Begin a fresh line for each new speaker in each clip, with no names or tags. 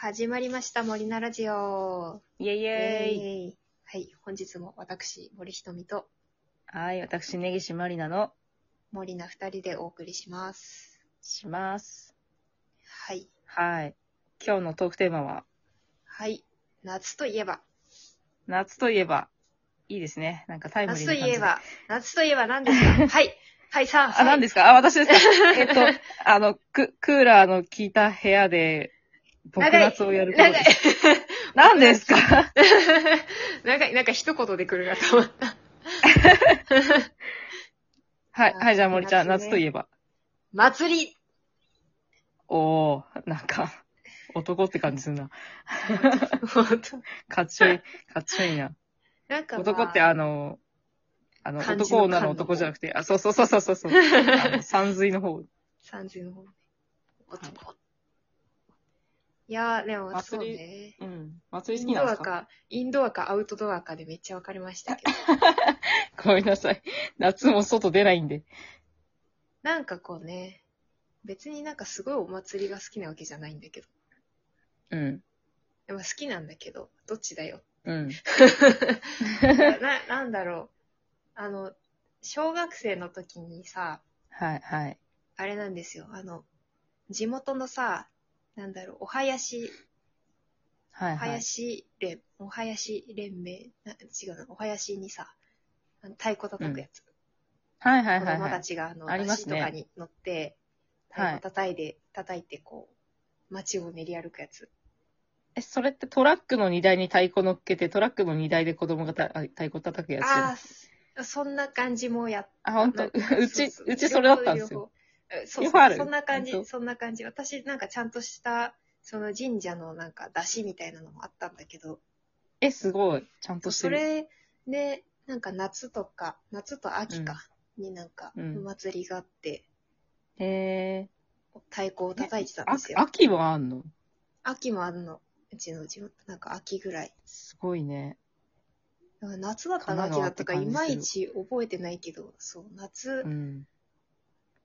始まりました、森菜ラジオ。
イェイイ
イ
ェイ
イはい、本日も私、森ひとみと
はい、私、根岸まりなの、
森菜二人でお送りします。
します。
はい。
はい。今日のトークテーマは、
はい。夏といえば、
夏といえば、いいですね。なんかタイムリ
夏
ーな
と
感じで。
いえ。ば、夏といえば何 ですかはい。はい、さん。
あ、何
で
ですかあ、私 ですかえっと、あの、ク、クーラーの効いた部屋で、僕
長い
夏をやること
長い
で。す。何ですか
長 い、なんか一言で来るなと思った。
はい、はい、じゃあ森ちゃん、
夏ね
夏といえば。
祭 り
おー、なんか、男って感じすんな。
本当
かっちょいい、かっちょいいな。
なんか、まあ、
男ってあの、あの、
漢字の
男
漢の
女の
方
男じゃなくて、あ、そうそうそうそうそ うそう。あの三髄の方。
三千の方ね男。いやー、でも、そうね。
うん。祭
イ
り
ン
好き
ド
なんで
ア
すか
か、インドアかアウトドアかでめっちゃ分かれましたけど。
ごめんなさい。夏も外出ないんで。
なんかこうね、別になんかすごいお祭りが好きなわけじゃないんだけど。
うん。
でも好きなんだけど、どっちだよ。
うん。
な、なんだろう。あの、小学生の時にさ、
はい、はい。
あれなんですよ。あの、地元のさ、なんだろう、お囃子、
は
お
い、はい
囃。子連、お囃子連盟、な違うな、お囃子にさ、あの太鼓叩くやつ。
はい、はい、
子
はい
供
は
た
い。
ちがあの、
あります
足と
ね
かに乗って、太鼓
はい
叩いて、叩いてこう、街を練り歩くやつ。
え、それってトラックの荷台に太鼓乗っけて、トラックの荷台で子供がたあ太鼓叩くやつ。
ああ、そんな感じもやっ
あ、ほんと。
なん
う
か
うち、うちそれだったんですよ。。
そう両
よ
方えそうそう
くある
そんな感
ほん
じ、
と
そんな感じ。私なんかちゃんとした、その神社のなんか出汁みたいなのもあったんだけど、
え、すごい。ちゃんとして
そ
る。
れで、なんか夏とか、夏と秋か、になんか、お
うん
祭りがあって、
へー
太鼓を叩いてたん
あ
ですよ。
秋はあんの
秋もあるの。うちのうちの、なんか秋ぐらい。
すごいね。
だから夏だったか
神
秋だ
奈川
っ
ったて
か、
感
い
じする
まいち覚えてないけど、そう、夏
うん。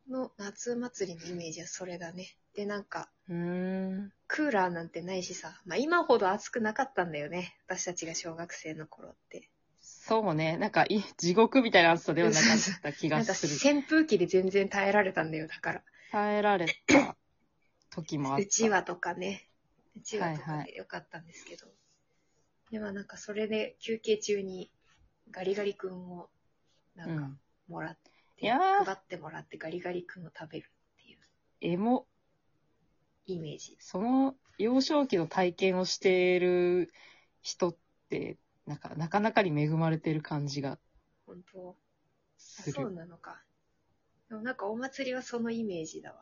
の、夏祭りのイメージはそれだね。で、なんか、
うーん。
クーラーなんてないしさ、まあ今ほど暑くなかったんだよね。私たちが小学生の頃って。
そうね。なんか、い地獄みたいな暑さではなかった 気
な
が
んか
する。
扇風機で全然耐えられたんだよ、だから。
耐えられた時もあった。
うち。わとかね。うちわと
はい
か
は
でよかったんですけど。でもなんかそれで休憩中にガリガリ君をな
うん
か
ん。
もらって、
いやー
配ってもらってガリガリ君を食べるっていう
エモ、
イメージ。
その幼少期の体験をしている人って、なんか、なかなかに恵まれてる感じが
本当あ
す
そう
る。
なのか。でもなんかお祭りはそのイメージだわ。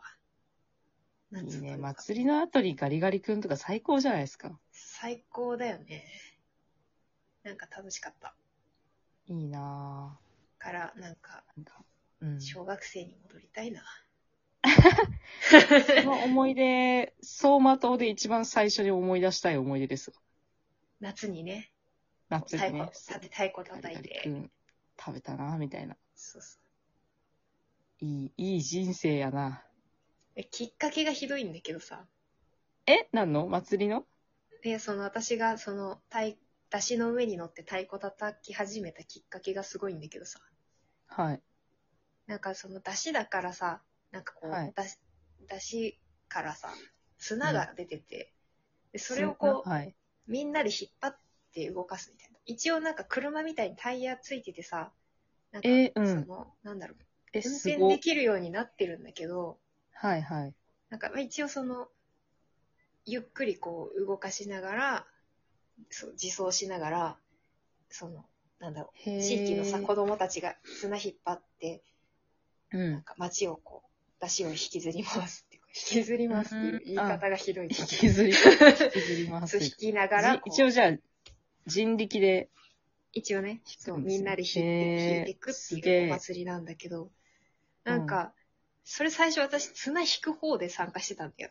なん
い
つ
いうね。
のか
祭りの後にガリガリ君とか最高じゃないですか。
最高だよね。なんか楽しかった
いいな
から、なんか、
ぁ。なんか、うん。そ
小学生に戻りたいな。
の思い出、走馬灯で一番最初に思い出したい思い出です。
夏にね、
夏
太
に
鼓、
ね。
立て太鼓
ガ
叩
リ
い
ガリ
て。
君食べたなぁみたいな。
そうそう
いい、いい人生やな。
えきっかけがひどいんだけどさ、
えなんの祭りの
で、その私がその、太出汁の上に乗って太鼓叩き始めたきっかけがすごいんだけどさ、
はい。
なんかその出汁だからさ、なんかこう、
はい
だし出汁からさ、砂が出てて、でそれを
んな
こう、
はい。
みんなで引っ張って動かすみたいな。一応なんか車みたいにタイヤついててさ、なんか
えうん
その、なんだろう、
え、
運
す
転
ご
で
い。
きるようになってるんだけど、
はいはい。
なんかまあ一応その、ゆっくりこう動かしながら、そう自走しながら、その、なんだろ
へ
う、
ー
地域のさ、子供たちが綱引っ張って、
う
なん
ん。
か街をこう、出汁を引きずり回すっていうか、引きずり回すっていう言い方がひどい。
引きずり、引きずりま
そ
す
う。引きながらこう、
じ一応じゃあ、人力で
一応ね、
く
そうん
ですね
みんなで弾いて、
へー
弾いてくって
す
い
げ
う
え
お祭りなんだけど、なんか、それ最初私、綱引く方で参加してたんだよ。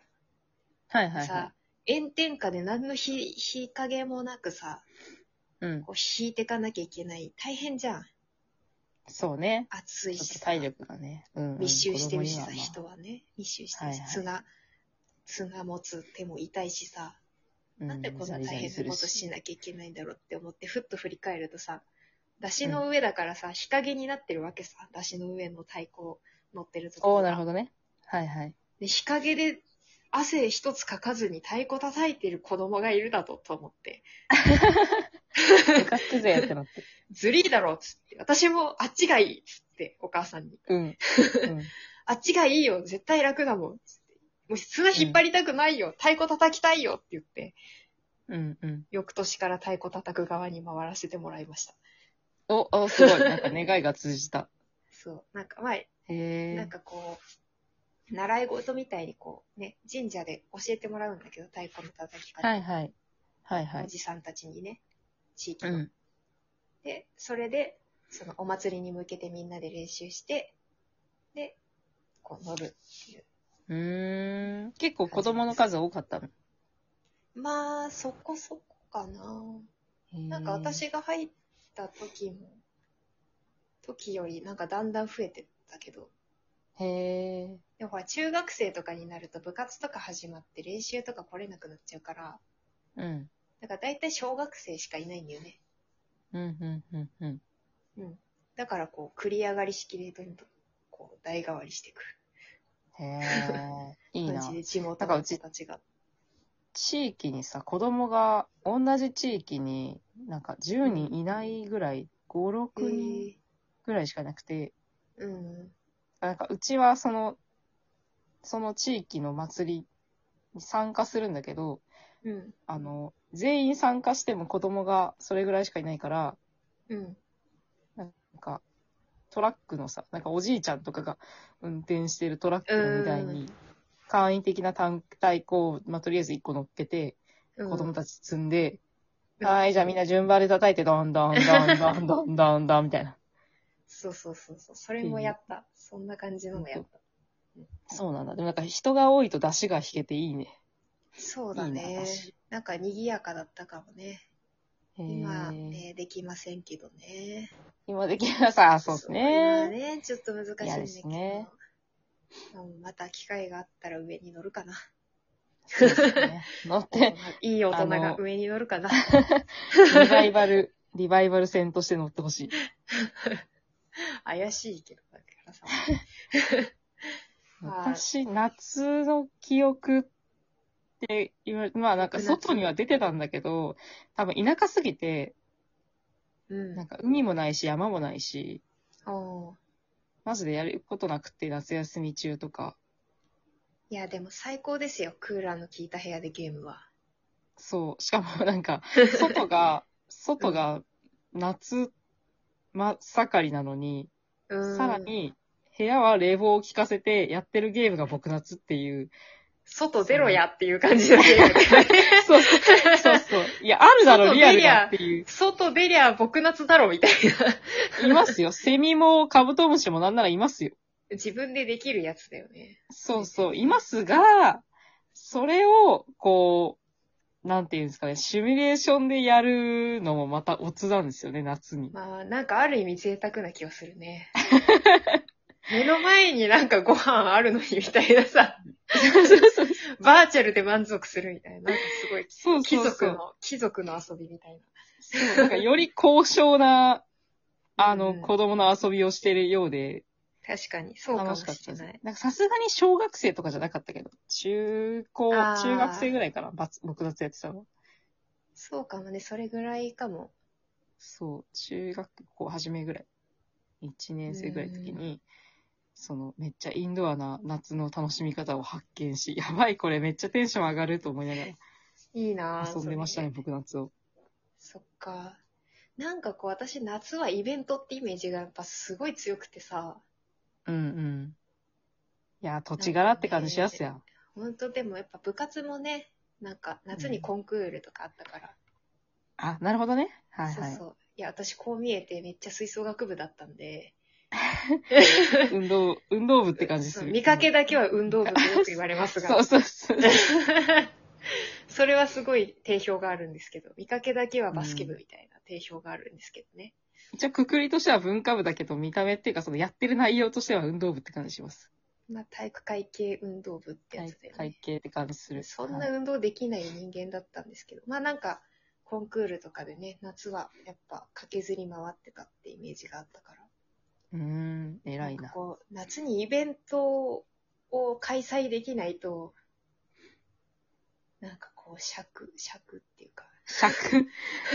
はいはいは
さ、炎天下で何の日、日陰もなくさ、
い。うん。
こう引いてかなきゃいけない。大変じゃん。
そうね。
暑い
ちょっ
し
と
さ
体、力がね。うん、うん。
密集してるしさ、
子供にはまあ
人はね、密集してるし、
はいはい
綱、綱持つ手も痛いしさ、
う
なんでこんな大変なことし
い。
なきゃいけないんだろうって思って、ふっと振り返るとさ、出汁の上だからさ、日陰になってるわけさ、出汁の上の太鼓乗ってるとこ
お
ろ
お
が
なるほどね。はいはい。
で、日陰で汗一つかかずに太鼓叩いてる子供がいるだと、と思って。
部活勢ってなってる。
ずりーだろ、つって。私もあっちがいい、つって、お母さんに。
うん。うん
あっちがいいよ、絶対楽だもん、つって。もう砂引っ張りたくないよ、太鼓叩きたいよって言って、
うんうん。
翌年から太鼓叩く側に回らせてもらいました。
お、お、すごい。なんか願いが通じた。
そう。なんか前、
へえ。
なんかこう、習い事みたいにこう、ね、神社で教えてもらうんだけど、太鼓の叩き方。
はいはい。はいは
お
い。
じさんたちにね、地域
う
の。
ん。
で、それで、そのお祭りに向けてみんなで練習して、で、こう乗るっていう。
うーん。結構子供の数多かったの。
まあ、そこそこかな。なんか
へえ。
私が入った時も、時よりなんかだんだん増えてったけど、
へえ。
でもほら中学生とかになると部活とか始まって練習とか来れなくなっちゃうから、
うん。
だから大体小学生しかいないんだよね。
うんうんうんうん。
うん。だからこう繰り上がり式でどんどんこう代替わりしてく
へえ。
る
いい
感
な
じ。で地元
なんか
の
うち
人たちが。
地域にさ、子供が同じ地域になんか10人いないぐらい、5、
へ
6人
え
ぐらいしかなくて、
うん。
なんかうちはその、その地域の祭りに参加するんだけど、
うん。
あの、全員参加しても子供がそれぐらいしかいないから、
うん。
なんか、トラックのさ、なんかおじいちゃんとかが運転してるトラックみたいうに、簡易的な単体を、まあ、とりあえず1個乗っけて、子供
ち。
たち積んで、
うん
はい、じゃあみんな順番で叩いて、どんどんどんどんどんどんどんみたいな。
そうそうそうそう。それもやった。そんな感じのもやった。
そうなんだ。でもなんか人が多いと出汁が引けていいね。
そうだ
いいな
ね。
私
なんか賑やかだったかもね。
へー
今、えーできませんけどね。
今できなさ、そうです
今は
ね。
ね、ちょっと難しいん
嫌
だ
で
け
す
ど。
ね
うんまた機会があったら上に乗るか な。
そうですね乗 って、
いい大人
あ
が
の
上に乗るかな。
リバイバル、リバイバル戦として乗ってほしい。
怪しいけど、だからさ。はい
私、夏の記憶って言われまあなんか外には出てたんだけど、多分田舎すぎて、
うん
なん。か海もないし山もないし、
おー
マジでやることなくて夏休み中とか、
いや、でも最高ですよ。クーラーの効いた部屋でゲームは。
そう、しかもなんか、外が、外が夏真っ盛りなのに、
うん
さらに、部屋は冷房を効かせてやってるゲームが僕夏っていう。
外ゼロやっていう感じのゲームだよね
そうそうそうそう。いや、あるだろ、
外出
リ
りゃ
アルだっていう。
外出りゃ僕夏だろみたい
いますよ。セミもカブトムシもなんならいますよ。
な。自分でできるやつだよね。
そうそう、いますが、それを、こう、なんていうんですかね、シミュレーションでやるのもまたオツなんですよね、夏に。
まあ、なんかある意味贅沢な気がするね。目の前になんかご飯あるのにみたいなさ、バーチャルで満足するみたいな。なんかすごい、
そう
貴
そうそう。
族の、貴族の遊びみたいな。
そう、なんかより高尚な、あ
う
の、
ん
子供の遊びをしてるようで、
確かに、そうかもし
楽しかった
れ
です
ない。。
なんかさすがに小学生とかじゃなかったけど、中高、
あー
中学生ぐらいかな、バツ僕夏やってたの。
そうかもね、それぐらいかも。
そう、中学校初めぐらい。1年生ぐらいの時に、その、めっちゃインドアな夏の楽しみ方を発見し、やばい、これめっちゃテンション上がると思いなが
いいな
ら
ぁ。
遊んでましたね、
それ
僕夏を。
そっか。なんかこう、私夏はイベントってイメージがやっぱすごい強くてさ、
うんうん。いや、土地柄って感じしますやん。
本当でもやっぱ部活もね、なんか夏にコンクールとかあったから、
あ、なるほどね。はいはい。
そうそう。いや、私こう見えてめっちゃ吹奏楽部だったんで、
運動、運動部って感じす
そう
る。
見かけだけは運動部でよく言われますが、
そうそうそう。
それはすごい定評があるんですけど、見かけだけはバスケ部みたいな定評があるんですけどね。
一応、くくりとしては文化部だけど、見た目っていうか、そのやってる内容としては運動部って感じします。
んな体育会系運動部ってやつだよ
会
ね。
計って感じする。
そん
は
ない運動できない人間だったんですけど、まあなんか、コンクールとかでね、夏はやっぱ駆けずり回ってたってイメージがあったから。
うーん、偉
ん
いな
か。こう夏にイベントを開催できないと、なんかこう、尺、尺っていうか、
尺。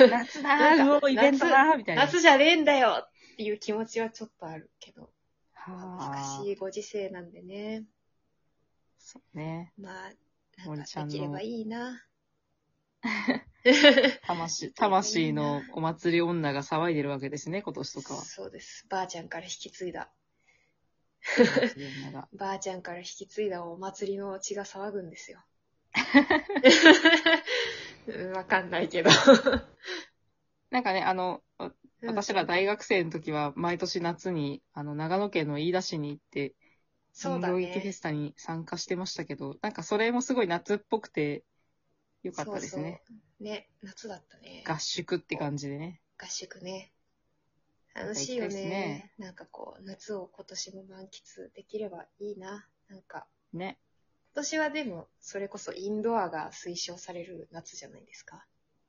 夏だー、うお、イベントだー、みたいな。
夏じゃねえんだよっていう気持ちはちょっとあるけど、まあ
は
難
ー
しいご時世なんでね。
そうね。
まあ、なん
森ちゃ
か
ん
で
の
きればいい な。
魂、魂のお祭り女が騒いでるわけですね、今年とかは。
そうです。ばあちゃんから引き継いだ。
お祭り女が。
ばあちゃんから引き継いだお祭りの血が騒ぐんです よ。うんわかんないけど。
なんかね、あの、わ 私ら大学生の時は、毎年夏に、あの、長野県の飯田市に行って、
そうだ
農業フェ
ね。
スタに参加してましたけど、なんかそれもすごい夏っぽくて、よかったですね。
そうそう。ね、夏だったね。
合宿って感じでね。
合宿ね。楽しいよ
行きたいで
ね
すね。
なんかこう、夏を今年も満喫できればいいな。なんか、
ね。
今年はでも、それこそインドアが推奨される夏じゃないですか。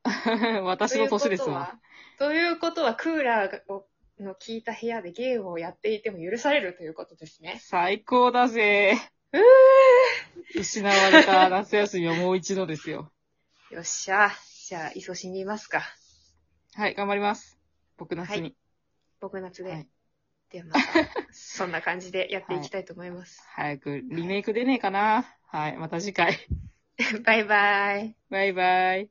私の年ですわ。
ということは。ということは、クーラーをの効いた部屋でゲームをやっていても許されるということですね。
最高だぜ。
う
失われた夏休みをもう一度ですよ。
ーよっしゃ。じゃあ、いそしにいますか。
はい、頑張ります。僕夏に。
僕夏で。
はい
ではまた、そんな感じでやっていきたいと思います。
早くリメイク出ねえかな。はい、また次回。
バイバイ。
バイバイ。